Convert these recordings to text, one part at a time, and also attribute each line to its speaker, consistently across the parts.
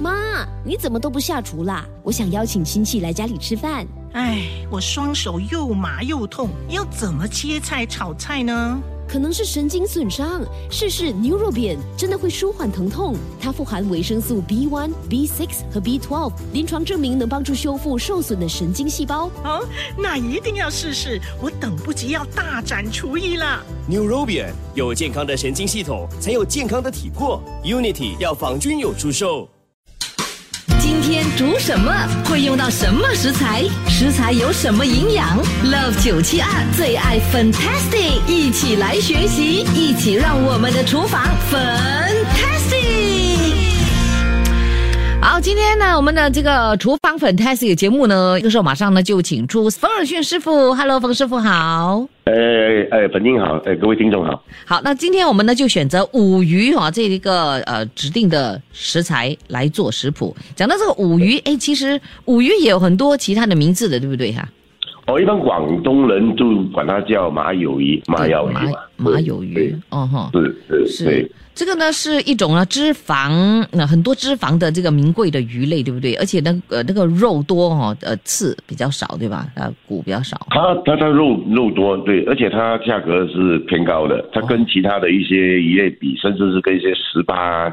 Speaker 1: 妈，你怎么都不下厨啦？我想邀请亲戚来家里吃饭。
Speaker 2: 哎，我双手又麻又痛，要怎么切菜炒菜呢？
Speaker 1: 可能是神经损伤，试试 Neurobian 真的会舒缓疼痛。它富含维生素 B1、B6 和 B12，临床证明能帮助修复受损的神经细胞。
Speaker 2: 哦，那一定要试试，我等不及要大展厨艺了。
Speaker 3: Neurobian 有健康的神经系统，才有健康的体魄。Unity 药房均有出售。
Speaker 4: 今天煮什么？会用到什么食材？食材有什么营养？Love 九七二最爱 Fantastic，一起来学习，一起让我们的厨房 Fantastic。
Speaker 5: 好，今天呢，我们的这个厨房 Fantastic 节目呢，这个时候马上呢就请出冯尔逊师傅，Hello，冯师傅好。
Speaker 6: 呃呃，本英好，呃各位听众好，
Speaker 5: 好，那今天我们呢就选择五鱼哈、这一个呃指定的食材来做食谱。讲到这个五鱼，哎，其实五鱼也有很多其他的名字的，对不对哈？
Speaker 6: 哦，一般广东人就管它叫麻油鱼、麻药鱼
Speaker 5: 麻
Speaker 6: 嘛，
Speaker 5: 麻油鱼
Speaker 6: 对，
Speaker 5: 哦吼，
Speaker 6: 是是
Speaker 5: 是
Speaker 6: 对，
Speaker 5: 这个呢是一种呢脂肪，呃很多脂肪的这个名贵的鱼类，对不对？而且那个呃那个肉多哦，呃刺比较少，对吧？呃骨比较少。
Speaker 6: 它它它肉肉多，对，而且它价格是偏高的，它跟其他的一些鱼类比，甚至是跟一些十八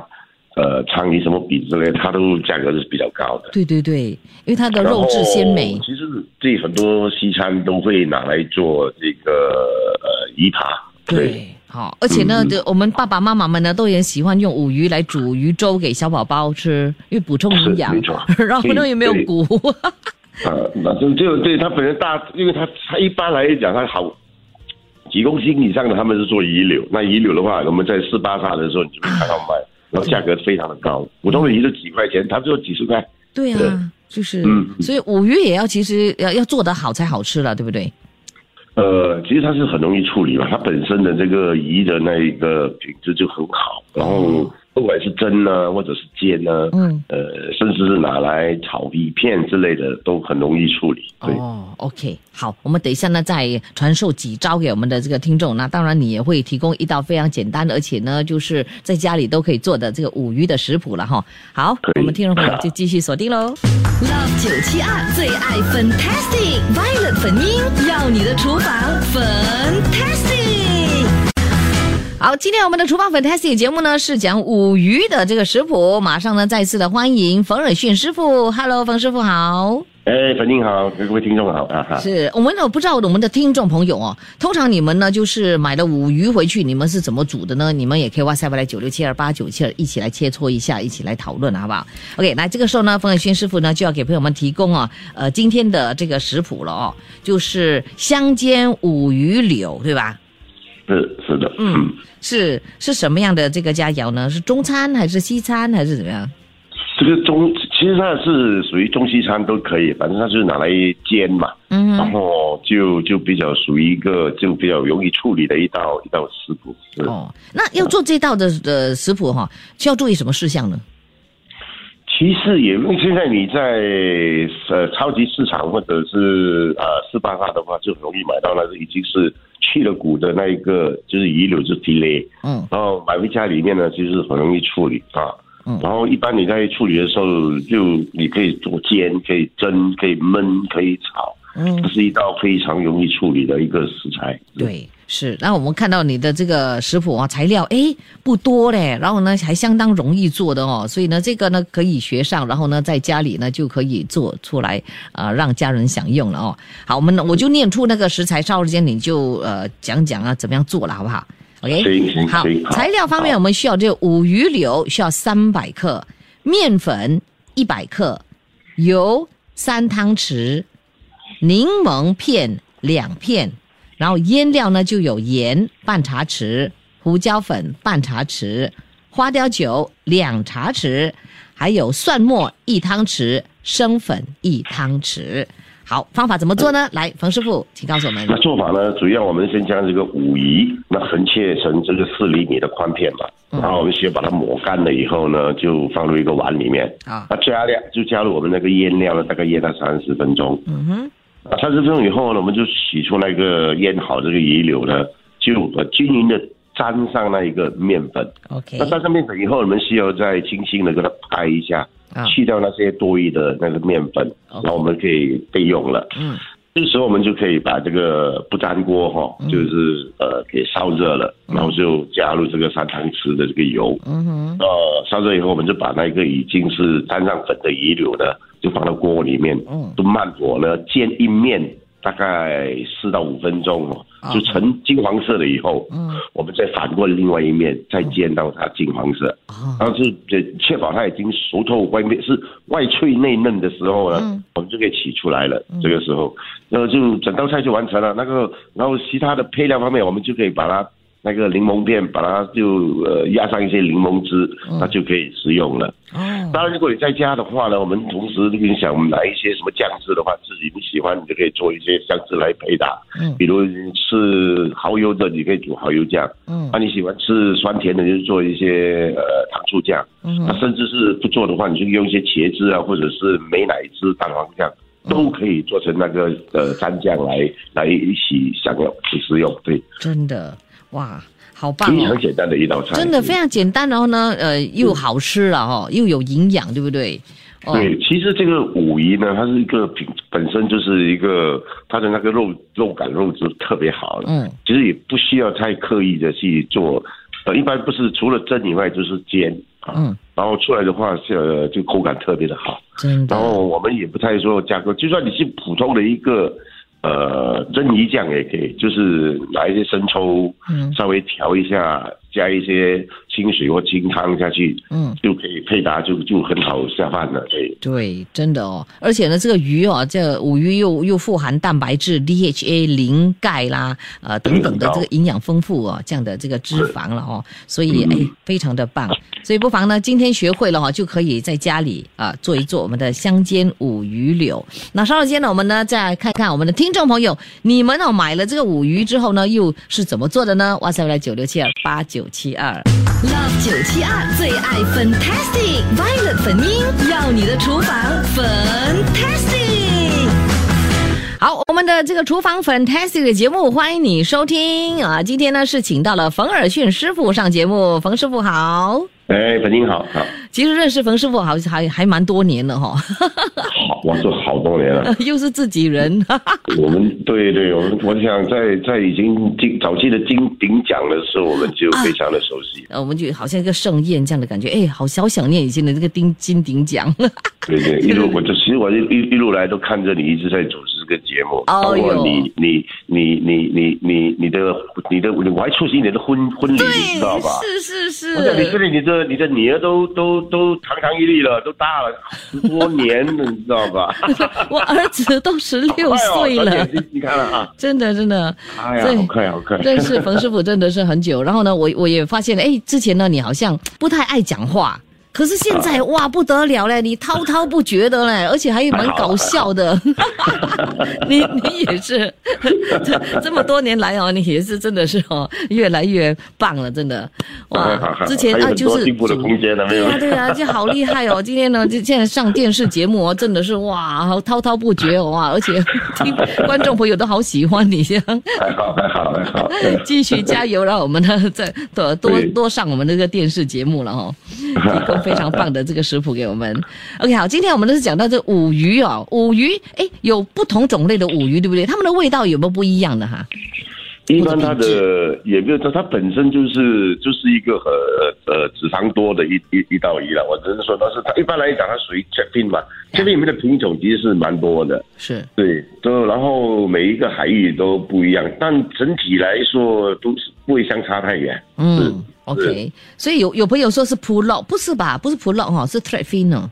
Speaker 6: 呃鲳鱼什么比之类，它都价格是比较高的。
Speaker 5: 对对对，因为它的
Speaker 6: 然后
Speaker 5: 肉质鲜美。
Speaker 6: 其实这很多西餐都会拿来做这个呃鱼扒，对，
Speaker 5: 对，好，而且呢，
Speaker 6: 嗯嗯
Speaker 5: 这我们爸爸妈妈们呢都也很喜欢用五鱼来煮鱼粥给小宝宝吃，因为补充营养
Speaker 6: 是没错，
Speaker 5: 然后呢
Speaker 6: 对
Speaker 5: 也没有
Speaker 6: 对
Speaker 5: 骨。
Speaker 6: 呃，那就就对他本身大，因为他他一般来讲，他好几公斤以上的他们是做遗留，那遗留的话，我们在四八沙的时候，你就会
Speaker 5: 啊
Speaker 6: 看到卖，然后价格非常的高，普通的鱼就几块钱，他就几十块。
Speaker 5: 对
Speaker 6: 对
Speaker 5: 啊，就是
Speaker 6: 嗯，嗯
Speaker 5: 所以五鱼也要其实要要做得好才好吃了，对不对？
Speaker 6: 呃，其实它是很容易处理嘛，它本身的这个鱼的那一个品质就很好，然后不管是蒸呢、或者是煎呢、
Speaker 5: 嗯，
Speaker 6: 呃，甚至是拿来炒鱼片之类的，都很容易处理。对，
Speaker 5: 哦，OK，好，我们等一下呢再传授几招给我们的这个听众。那当然，你也会提供一道非常简单的，而且呢就是在家里都可以做的这个五鱼的食谱了哈。好
Speaker 6: 可，以
Speaker 5: 我们听众朋友就继续锁定喽。
Speaker 4: Love 九七二最爱 Fantastic Violet 粉英，要你的厨房 Fantastic。
Speaker 5: 好，今天我们的厨房 Fantastic 节目呢是讲五鱼的这个食谱，马上呢再次的欢迎冯尔逊师傅，Hello，冯师傅好。
Speaker 6: 哎，粉丁好，各位听众好啊哈。
Speaker 5: 是我们我不知道我们的听众朋友哦，通常你们呢就是买了五鱼回去，你们是怎么煮的呢？你们也可以 WhatsApp 来九六七二八九七二一起来切磋一下，一起来讨论好不好？OK，那这个时候呢，冯远轩师傅呢就要给朋友们提供啊，呃，今天的这个食谱了哦，就是香煎五鱼柳，对吧？
Speaker 6: 是是的，
Speaker 5: 嗯，是是什么样的这个佳肴呢？是中餐还是西餐还是怎么样？
Speaker 6: 这个中其实它是属于中西餐都可以，反正它就是拿来煎嘛，
Speaker 5: 嗯
Speaker 6: 然
Speaker 5: 哼，
Speaker 6: 后就就比较属于一个就比较容易处理的一道一道食谱。是
Speaker 5: 哦，那要做这道的呃食谱哈、需要注意什么事项呢？
Speaker 6: 其实也因为现在你在呃超级市场或者是呃四八大的话，就很容易买到那个已经是去了骨的那一个就是遗留就是皮类，
Speaker 5: 嗯
Speaker 6: 然后哦买回家里面呢，其实很容易处理啊。
Speaker 5: 嗯
Speaker 6: 然后一般你在处理的时候，就你可以做煎，可以蒸，可以焖，可以炒，
Speaker 5: 嗯
Speaker 6: 这，是一道非常容易处理的一个食材。
Speaker 5: 对，嗯是。那我们看到你的这个食谱啊，材料诶不多嘞，然后呢还相当容易做的哦，所以呢这个呢可以学上，然后呢在家里呢就可以做出来，呃让家人享用了哦。好，我们呢我就念出那个食材，稍时间你就呃讲讲啊怎么样做了，好不好？OK，
Speaker 6: 行行
Speaker 5: 好
Speaker 6: 行，好
Speaker 5: 材料方面我们需要这个五鱼柳需要三百克，面粉一百克，油三汤匙，柠檬片两片，然后腌料呢就有盐半茶匙，胡椒粉半茶匙，花雕酒两茶匙，还有蒜末一汤匙，生粉一汤匙。好，方法怎么做呢？来，冯师傅，请告诉我们。
Speaker 6: 那做法呢，主要我们先将这个五鱼，那横切成这个四厘米的宽片嘛，
Speaker 5: 嗯
Speaker 6: 然后我们先把它抹干了以后呢，就放入一个碗里面。
Speaker 5: 啊，
Speaker 6: 那加料就加入我们那个腌料呢，大概腌到三十分钟。
Speaker 5: 嗯哼，
Speaker 6: 那三十分钟以后呢，我们就取出那个腌好这个鱼柳呢，就呃均匀的沾上那一个面粉。
Speaker 5: ，OK，
Speaker 6: 那沾上面粉以后，我们需要再轻轻的给它拍一下，
Speaker 5: 啊
Speaker 6: 去掉那些多余的那个面粉，
Speaker 5: OK
Speaker 6: 然后我们可以备用了。
Speaker 5: 嗯，
Speaker 6: 这时候我们就可以把这个不粘锅哈、
Speaker 5: 嗯
Speaker 6: 就是呃给烧热了，然后就加入这个三汤匙的这个油。
Speaker 5: 嗯哼，
Speaker 6: 呃，烧热以后，我们就把那个已经是沾上粉的鱼柳呢，就放到锅里面，
Speaker 5: 嗯
Speaker 6: 就慢火呢煎一面，大概四到五分钟哦
Speaker 5: 啊，
Speaker 6: 就成金黄色了以后，
Speaker 5: 嗯，
Speaker 6: 我们再反过另外一面，再煎到它金黄色，
Speaker 5: 哦，
Speaker 6: 然后就确保它已经熟透，外面是外脆内嫩的时候呢，
Speaker 5: 嗯
Speaker 6: 我们就可以取出来了。这个时候，然后就整道菜就完成了。那个，然后其他的配料方面，我们就可以把它那个柠檬片，把它就呃压上一些柠檬汁，那就可以食用了。
Speaker 5: 哦，
Speaker 6: 当然，如果你在家的话呢，我们同时你想拿一些什么酱汁的话，自己你喜欢，你就可以做一些酱汁来配搭。
Speaker 5: 嗯
Speaker 6: 比如吃蚝油的，你可以煮蚝油酱。
Speaker 5: 嗯
Speaker 6: 那、你喜欢吃酸甜的，就做一些呃糖醋酱。
Speaker 5: 嗯
Speaker 6: 那、甚至是不做的话，你就用一些茄汁啊，或者是美乃滋、蛋黄酱，
Speaker 5: 嗯
Speaker 6: 都可以做成那个呃蘸酱来来一起享用食用。对，
Speaker 5: 真的，哇，好棒
Speaker 6: 其实
Speaker 5: 哦
Speaker 6: 很！简单的一道菜，
Speaker 5: 真的非常简单，然后呢，呃，又好吃了哦，又有营养，对不对？哦，
Speaker 6: 对，其实这个五一呢，它是一个品本身就是一个它的那个肉肉感肉质特别好了，
Speaker 5: 嗯，
Speaker 6: 其实也不需要太刻意的去做，呃，一般不是除了蒸以外就是煎啊，
Speaker 5: 嗯，
Speaker 6: 然后出来的话是呃就口感特别的好，
Speaker 5: 真
Speaker 6: 然
Speaker 5: 的，
Speaker 6: 后我们也不太说加工，就算你是普通的一个呃蒸鱼酱也可以，就是拿一些生抽，
Speaker 5: 嗯
Speaker 6: 稍微调一下，加一些清水或清汤下去，
Speaker 5: 嗯，
Speaker 6: 就可以配搭，就就很好下饭了，对。
Speaker 5: 对，真的哦，而且呢，这个鱼哦，这五鱼又又富含蛋白质、DHA、磷、钙啦，呃等等的
Speaker 6: 嗯
Speaker 5: 这个营养丰富哦，这样的这个脂肪了哦，所以
Speaker 6: 嗯
Speaker 5: 哎，非常的棒，所以不妨呢，今天学会了哈、哦，就可以在家里啊、做一做我们的香煎五鱼柳。那稍后间呢，我们呢再看看我们的听众朋友，你们哦买了这个五鱼之后呢，又是怎么做的呢？哇塞，来九六七二八九七二。
Speaker 4: Love 972最爱 Fantastic Violet 粉音，要你的厨房 Fantastic。
Speaker 5: 好，我们的这个厨房 Fantastic 的节目，欢迎你收听啊！今天呢是请到了冯尔逊师傅上节目，冯师傅好。
Speaker 6: 哎，本英好，好，
Speaker 5: 其实认识冯师傅好还还蛮多年了哈、
Speaker 6: 好，我做好多年了。
Speaker 5: 又是自己人，
Speaker 6: 我们对对，我们我想在在已经金早期的金鼎奖的时候，我们就非常的熟悉。
Speaker 5: 呃我们就好像一个盛宴这样的感觉，哎，好好想念以前的这个丁金鼎奖。
Speaker 6: 对对，一路我就其实我一一一路来都看着你一直在主持这个节目，
Speaker 5: 哎呦
Speaker 6: 包括你你你你你你你的你的，我还出席你的婚婚礼，你知道吧？
Speaker 5: 是哎是是
Speaker 6: 我，想你这里，你的你的女儿都都都堂堂一立了，都大了十多年了，你知道吧？
Speaker 5: 我儿子都十六
Speaker 6: 快哦
Speaker 5: 岁
Speaker 6: 小
Speaker 5: 了
Speaker 6: 姐。你你看了啊，
Speaker 5: 真的，真的，
Speaker 6: 哎呀
Speaker 5: 所以
Speaker 6: 好快好快，
Speaker 5: 认识冯师傅真的是很久。然后呢，我我也发现了，哎，之前呢你好像不太爱讲话，可是现在、哇不得了嘞，你滔滔不绝的嘞，而且还蛮搞笑的。 你你也是，这这么多年来哦，你也是真的是哦，越来越棒了，真的。哇之前
Speaker 6: 还有
Speaker 5: 啊
Speaker 6: 很
Speaker 5: 就
Speaker 6: 多
Speaker 5: 是
Speaker 6: 进步的空间呢，没
Speaker 5: 对
Speaker 6: 有
Speaker 5: 呀、？对呀、这好厉害哦！今天呢，就现在上电视节目哦，真的是哇，好滔滔不绝哦哇，而且听观众朋友都好喜欢你这样，
Speaker 6: 还好还好还 好，
Speaker 5: 继续加油，让我们呢再 多多
Speaker 6: 对
Speaker 5: 多上我们这个电视节目了 哦，提供非常棒的这个食谱给我们。OK，好，今天我们都是讲到这五鱼哦，五鱼哎有不同种类的五鱼，对不对？它们的味道有没有不一样的哈？
Speaker 6: 一般它的也没有，它它本身就是就是一个呃呃脂肪多的一一一道鱼了。我只是说，但是它一般来讲，它属于 c h e p i n 嘛 c h e p i n 里面的品种其实是蛮多的。
Speaker 5: 是
Speaker 6: 对，都然后每一个海域都不一样，但整体来说都是不会相差太远。是
Speaker 5: 嗯，OK，所以有有朋友说是 p u l o 不是吧？不是 p u l o 哦，是 t r e f i n o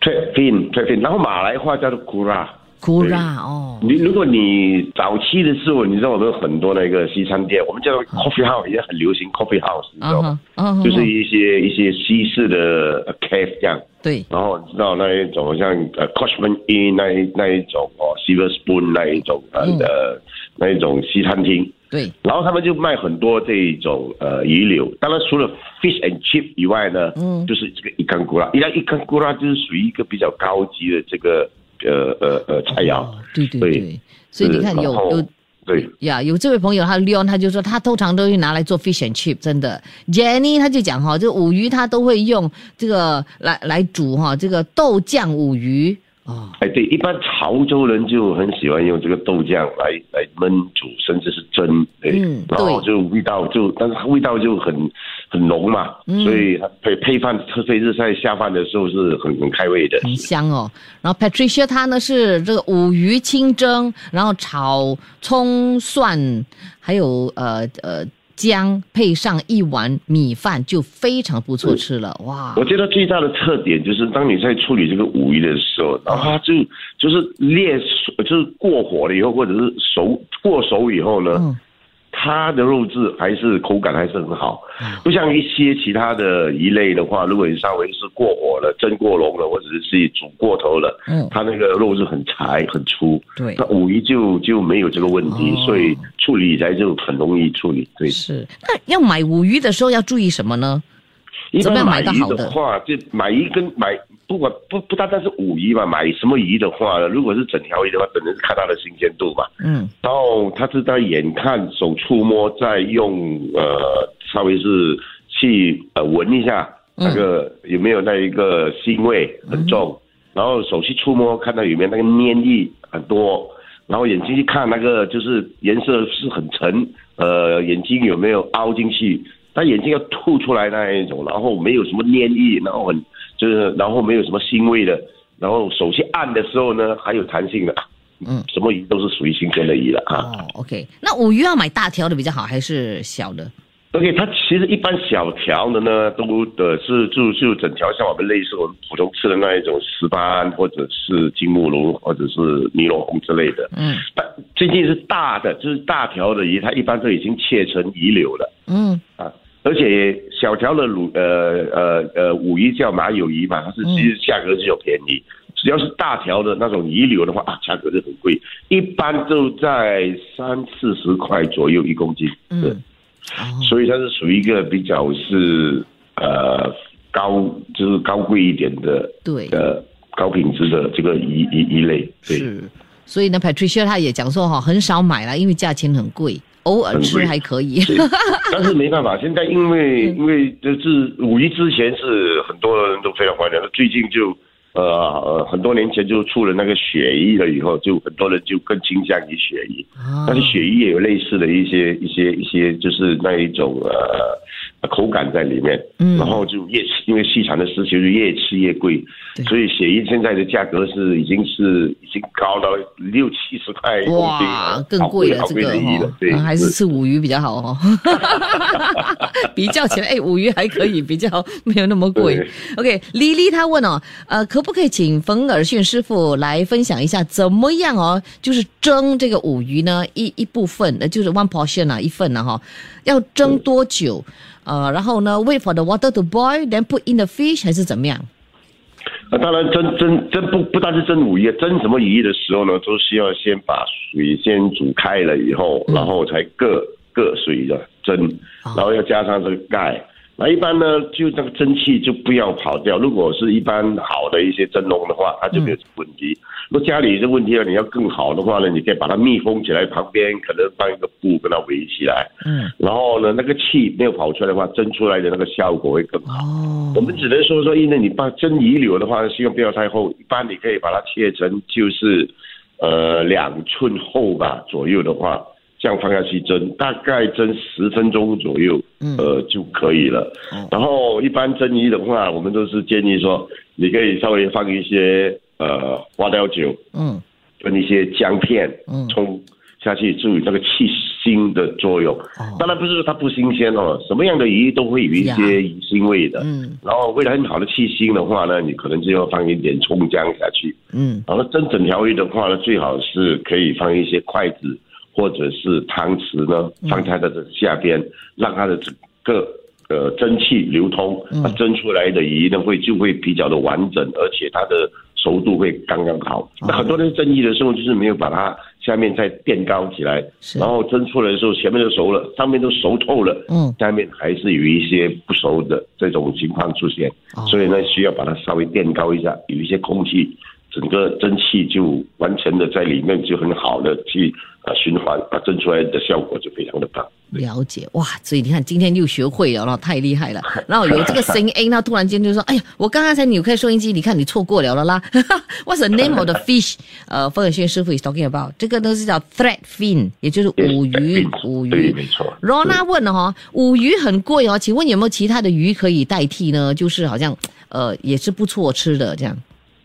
Speaker 6: t r e p i n t r e p i n 然后马来话叫做 kura。
Speaker 5: c u r a 哦。
Speaker 6: 你如果你早期的时候，你知道我们有很多那个西餐店，我们叫做 coffee house，也很流行 coffee house，你知道吗？
Speaker 5: 啊哈啊哈
Speaker 6: 就是一些一些西式的呃 cafe 这样。
Speaker 5: 对，
Speaker 6: 然后你知道那一种像呃 Cushman Inn 那一那一种哦 Silver Spoon 那一种呃、
Speaker 5: 嗯
Speaker 6: 呃那一种西餐厅，
Speaker 5: 对，
Speaker 6: 然后他们就卖很多这一种呃鱼柳，当然除了 fish and chip 以外呢，
Speaker 5: 嗯
Speaker 6: 就是这个伊干古拉，伊干伊干古拉就是属于一个比较高级的这个呃呃呃菜肴，
Speaker 5: 哦对对对，所以你看
Speaker 6: 是
Speaker 5: 有
Speaker 6: 然后
Speaker 5: 有
Speaker 6: 对，
Speaker 5: 呀有这位朋友，他 Leon 他就说他通常都会拿来做 fish and chip，真的。Jenny 他就讲哈，这五鱼他都会用这个来来煮哈，这个豆酱五鱼哦，
Speaker 6: 哎，对，一般潮州人就很喜欢用这个豆酱来来焖煮，甚至是蒸，哎，
Speaker 5: 嗯
Speaker 6: 然后
Speaker 5: 对
Speaker 6: 就味道就，但是味道就很很浓嘛，
Speaker 5: 嗯
Speaker 6: 所以它配配饭，特别是在下饭的时候是很很开胃的。
Speaker 5: 很香哦。然后 Patricia 她呢是这个五鱼清蒸，然后炒葱蒜，还有呃呃姜，配上一碗米饭就非常不错吃了哇。
Speaker 6: 我觉得最大的特点就是，当你在处理这个五鱼的时候，然后它就就是烈，就是过火了以后，或者是熟过熟以后呢，
Speaker 5: 嗯
Speaker 6: 它的肉质还是口感还是很好，
Speaker 5: 嗯
Speaker 6: 不像一些其他的鱼类的话，如果你稍微是过火了、蒸过笼了，或者是煮过头了，
Speaker 5: 嗯
Speaker 6: 它那个肉质很柴很粗。
Speaker 5: 对
Speaker 6: 那五鱼就就没有这个问题，
Speaker 5: 哦
Speaker 6: 所以处理起来就很容易处理。对，
Speaker 5: 是，那要买五鱼的时候要注意什么呢？
Speaker 6: 一
Speaker 5: 怎么
Speaker 6: 般
Speaker 5: 样买
Speaker 6: 买
Speaker 5: 到
Speaker 6: 鱼
Speaker 5: 好的
Speaker 6: 的话，就买一根买，不管不不单单是五鱼吧，买什么鱼的话，如果是整条鱼的话，只能是看它的新鲜度嘛。
Speaker 5: 嗯
Speaker 6: 然后它是在眼看手触摸，再用呃稍微是去呃闻一下
Speaker 5: 嗯
Speaker 6: 那个有没有那一个腥味很重，然后手去触摸看到有没有那个黏液很多，然后眼睛去看那个就是颜色是很沉，呃眼睛有没有凹进去，他眼睛要吐出来那一种，然后没有什么黏液，然后很就是然后没有什么腥味的，然后手去按的时候呢还有弹性的。
Speaker 5: 嗯。
Speaker 6: 什么鱼都是属于新鲜的鱼了啊。
Speaker 5: 哦，OK，那五鱼要买大条的比较好还是小的？
Speaker 6: OK，它其实一般小条的呢，都的是就就整条像我们类似我们普通吃的那一种石斑，或者是金目鲈，或者是尼龙红之类的。
Speaker 5: 嗯
Speaker 6: 但最近是大的，就是大条的鱼，它一般都已经切成鱼柳了
Speaker 5: 嗯
Speaker 6: 啊。而且小条的鲈呃呃呃五鱼叫马友鱼嘛，它
Speaker 5: 嗯
Speaker 6: 是其实价格就有便宜。只要是大条的那种鱼柳的话啊，价格就很贵，一般都在三四十块左右一公斤。对
Speaker 5: 嗯，哦，
Speaker 6: 所以它是属于一个比较是呃高，就是高贵一点的，
Speaker 5: 对
Speaker 6: 呃高品质的这个鱼鱼鱼类，对，
Speaker 5: 是。所以呢，Patricia 她也讲说哈，很少买了，因为价钱很贵，偶尔
Speaker 6: 很
Speaker 5: 吃
Speaker 6: 贵
Speaker 5: 还可以。
Speaker 6: 对但是没办法，现在因为
Speaker 5: 嗯
Speaker 6: 因为就是五一之前是很多人都非常怀念，最近就。呃呃，很多年前就出了那个鳕鱼了，以后就很多人就更倾向于鳕鱼。
Speaker 5: 啊
Speaker 6: 但是鳕鱼也有类似的一些一些一些，就是那一种呃口感在里面。
Speaker 5: 嗯
Speaker 6: 然后就越吃，因为市场的需求就越吃越贵
Speaker 5: 对，
Speaker 6: 所以鳕鱼现在的价格是已经是已经高到六七十块一公斤
Speaker 5: 哇
Speaker 6: 了，
Speaker 5: 更
Speaker 6: 好
Speaker 5: 贵
Speaker 6: 贵
Speaker 5: 了
Speaker 6: 好
Speaker 5: 这
Speaker 6: 贵
Speaker 5: 个
Speaker 6: 的鱼了
Speaker 5: 哦，
Speaker 6: 对，
Speaker 5: 嗯还是
Speaker 6: 是
Speaker 5: 吃五鱼比较好哦。 比较起来，哎，五鱼还可以，比较没有那么贵
Speaker 6: 对。
Speaker 5: OK，丽丽她问哦，呃，可不可以请冯尔逊师傅来分享一下怎么样哦，就是蒸这个五鱼呢？一一部分，呃，就是 one portion 啊，一份啊哈，要蒸多久？呃，然后呢，wait for the water to boil, then put in the fish 还是怎么样？
Speaker 6: 那啊当然蒸蒸蒸不不单是蒸鲈鱼，蒸什么鱼的时候呢，都需要先把水先煮开了以后，然后才各各水的蒸，然后要加上这个盖。那一般呢，就那个蒸汽就不要跑掉。如果是一般好的一些蒸笼的话，它就没有这个问题。如果家里这问题呢，你要更好的话呢，你可以把它密封起来，旁边可能放一个布跟它围起来。
Speaker 5: 嗯，
Speaker 6: 然后呢，那个气没有跑出来的话，蒸出来的那个效果会更好。
Speaker 5: 哦
Speaker 6: 我，们只能说说，因为你把蒸鱼柳的话，希望不要太厚，一般你可以把它切成就是，呃，两寸厚吧左右的话，这样放下去蒸，大概蒸十分钟左右，
Speaker 5: 嗯
Speaker 6: 呃就可以了。
Speaker 5: 哦
Speaker 6: 然后一般蒸鱼的话，我们都是建议说，你可以稍微放一些呃花雕酒
Speaker 5: 嗯
Speaker 6: 跟一些姜片
Speaker 5: 嗯、
Speaker 6: 葱下去，就有那个去腥的作用。
Speaker 5: 哦
Speaker 6: 当然不是说它不新鲜哦，什么样的鱼都会有一些鱼腥味的。
Speaker 5: 嗯
Speaker 6: 然后为了很好的去腥的话呢，你可能就要放一点葱姜下去。
Speaker 5: 嗯
Speaker 6: 然后蒸整条鱼的话呢，最好是可以放一些筷子或者是汤匙呢，放在它的下边，让它的整个呃蒸汽流通，它蒸出来的鱼呢会就会比较的完整，而且它的熟度会刚刚好。那很多人蒸鱼的时候就是没有把它下面再垫高起来，
Speaker 5: 是
Speaker 6: 然后蒸出来的时候前面都熟了，上面都熟透了，
Speaker 5: 嗯
Speaker 6: 下面还是有一些不熟
Speaker 5: 哦
Speaker 6: 的这种情况出现，所以呢需要把它稍微垫高一下，有一些空气整个蒸汽就完全的在里面就很好的去啊循环啊蒸出来的效果就非常的棒。
Speaker 5: 了解哇，所以你看今天又学会了了，太厉 害了。然后有这个声音，哎，那突然间就说，哎呀，我刚刚才扭开收音机，你看你错过了了啦。What's the name of the fish？呃，冯永轩师傅 is talking about 这个东西叫 thread fin，也就是
Speaker 6: Yes,
Speaker 5: 五鱼
Speaker 6: threadfin，，
Speaker 5: 五
Speaker 6: 对
Speaker 5: 鱼，
Speaker 6: 没错
Speaker 5: Rona 问了哈，五鱼很贵哦，请问有没有其他的鱼可以代替呢？就是好像呃也是不错吃的这样。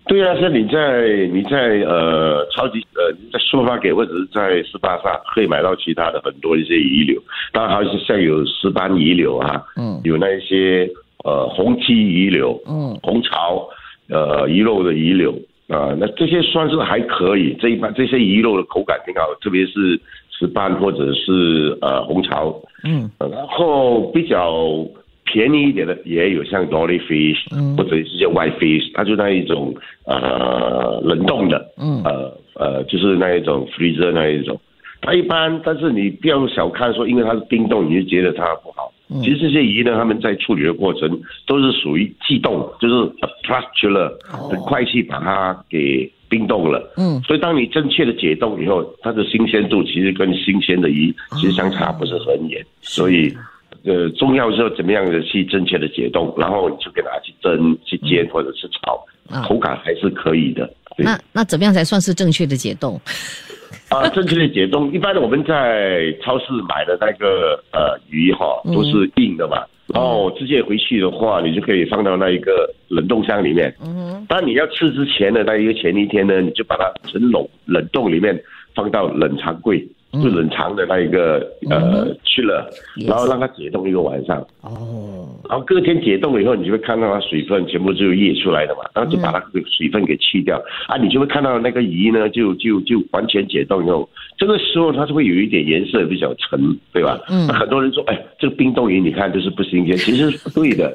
Speaker 6: 对啊，像你在你在呃超级呃你在苏巴给或者是在斯巴萨可以买到其他的很多一些遗留，当然还有一些像有石斑遗留啊，
Speaker 5: 嗯
Speaker 6: 有那一些呃红漆遗留，
Speaker 5: 嗯
Speaker 6: 红潮呃鱼肉的鱼柳啊、那这些算是还可以，这一般这些鱼肉的口感挺好，特别是石斑或者是呃红潮，
Speaker 5: 嗯
Speaker 6: 呃然后比较便宜一点的也有像 dolly fish，、
Speaker 5: 嗯
Speaker 6: 或者是一些 white fish，它就那一种呃冷冻的，
Speaker 5: 嗯
Speaker 6: 呃呃就是那一种 freezer 那一种。它一般，但是你不要小看说，因为它是冰冻，你就觉得它不好。
Speaker 5: 嗯
Speaker 6: 其实这些鱼呢，他们在处理的过程都是属于悸动，就是 p l a s t u r e
Speaker 5: 哦
Speaker 6: 很快去把它给冰冻了。
Speaker 5: 嗯
Speaker 6: 所以当你正确的解冻以后，它的新鲜度其实跟新鲜的鱼
Speaker 5: 哦
Speaker 6: 其实相差不是很远，所以。呃，重要是要怎么样的去正确的解冻，然后你就给它去蒸、去煎或者是炒，
Speaker 5: 啊
Speaker 6: 口感还是可以的。对
Speaker 5: 那那怎么样才算是正确的解冻？
Speaker 6: 啊，正确的解冻，一般我们在超市买的那个呃鱼哈，
Speaker 5: 嗯
Speaker 6: 都是硬的嘛，然后直接回去的话，你就可以放到那一个冷冻箱里面。嗯，当你要吃之前的那一个前一天呢，你就把它存冷冷冻里面放到冷藏柜，就冷藏的那一个呃去了，然后让它解冻一个晚上。
Speaker 5: 哦，
Speaker 6: 然后隔天解冻以后，你就会看到它水分全部就溢出来了嘛，然后就把它的水分给去掉、啊，你就会看到那个鱼呢，就就就完全解冻以后，这个时候它就会有一点颜色比较沉，对吧？
Speaker 5: 嗯
Speaker 6: 那很多人说，哎，这个冰冻鱼你看就是不新鲜，其实是不对 的。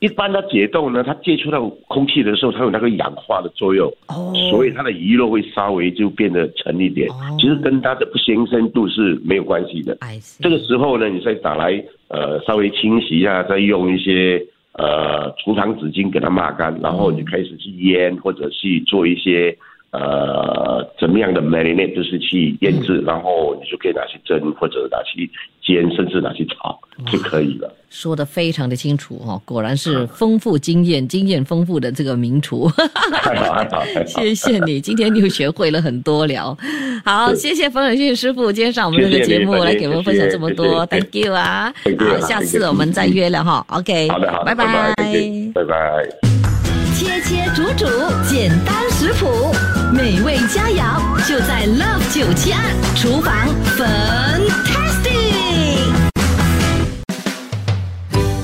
Speaker 6: 一般它解冻呢，它接触到空气的时候，它有那个氧化的作用，
Speaker 5: 哦
Speaker 6: 所以它的鱼肉会稍微就变得沉一点。
Speaker 5: 哦
Speaker 6: 其实跟它的不新鲜度是没有关系的。
Speaker 5: I
Speaker 6: 这
Speaker 5: see。
Speaker 6: 个时候呢，你再打来呃稍微清洗一下，再用一些呃厨房纸巾给它抹干，然后你开始去腌或者去做一些呃怎么样的 marinade，就是去腌制，然后你就可以拿去蒸或者拿去煎，甚至拿去炒就可以了。
Speaker 5: 说的非常的清楚哦，果然是丰富经验、经验丰富的这个名 厨。
Speaker 6: 太好，太好，太好。
Speaker 5: 谢谢你，今天又学会了很多聊。好，
Speaker 6: 是
Speaker 5: 谢谢冯永迅师傅今天上我们这个
Speaker 6: 谢谢
Speaker 5: 节目
Speaker 6: 你
Speaker 5: 来给我们分享这么
Speaker 6: 谢谢谢
Speaker 5: 多
Speaker 6: 谢
Speaker 5: ，Thank you 啊！
Speaker 6: Thank you，
Speaker 5: 好，
Speaker 6: 好
Speaker 5: 下
Speaker 6: thank
Speaker 5: 次
Speaker 6: you
Speaker 5: 我们再约了哈。OK，
Speaker 6: 好的，好
Speaker 5: 拜
Speaker 6: 的，
Speaker 5: 拜
Speaker 6: 拜，再见拜拜。
Speaker 4: 切切煮煮，简单食谱，美味佳肴就在 Love 九七二厨房 Fantastic。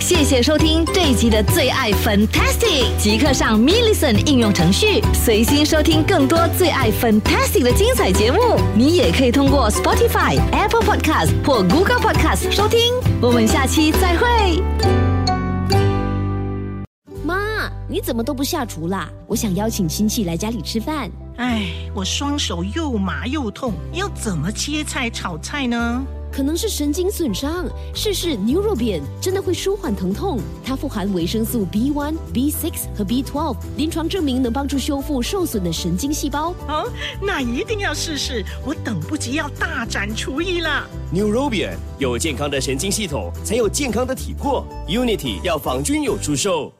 Speaker 4: 谢谢收听这一集的最爱 Fantastic，即刻上 m i l l i c e n 应用程序，随心收听更多最爱 Fantastic 的精彩节目。你也可以通过 Spotify、Apple Podcast 或 Google Podcast 收听。我们下期再会。
Speaker 1: 妈，你怎么都不下厨啦？我想邀请亲戚来家里吃饭。
Speaker 2: 唉，哎我双手又麻又痛，要怎么切菜炒菜呢？
Speaker 1: 可能是神经损伤。试试牛肉扁，真的会舒缓疼痛。它富含维生素 B one、B six 和 B twelve，临床证明能帮助修复受损的神经细胞。
Speaker 2: 哦，那一定要试试，我等不及要大展厨艺了。
Speaker 3: New Robian 有健康的神经系统，才有健康的体魄。Unity 药房均有出售。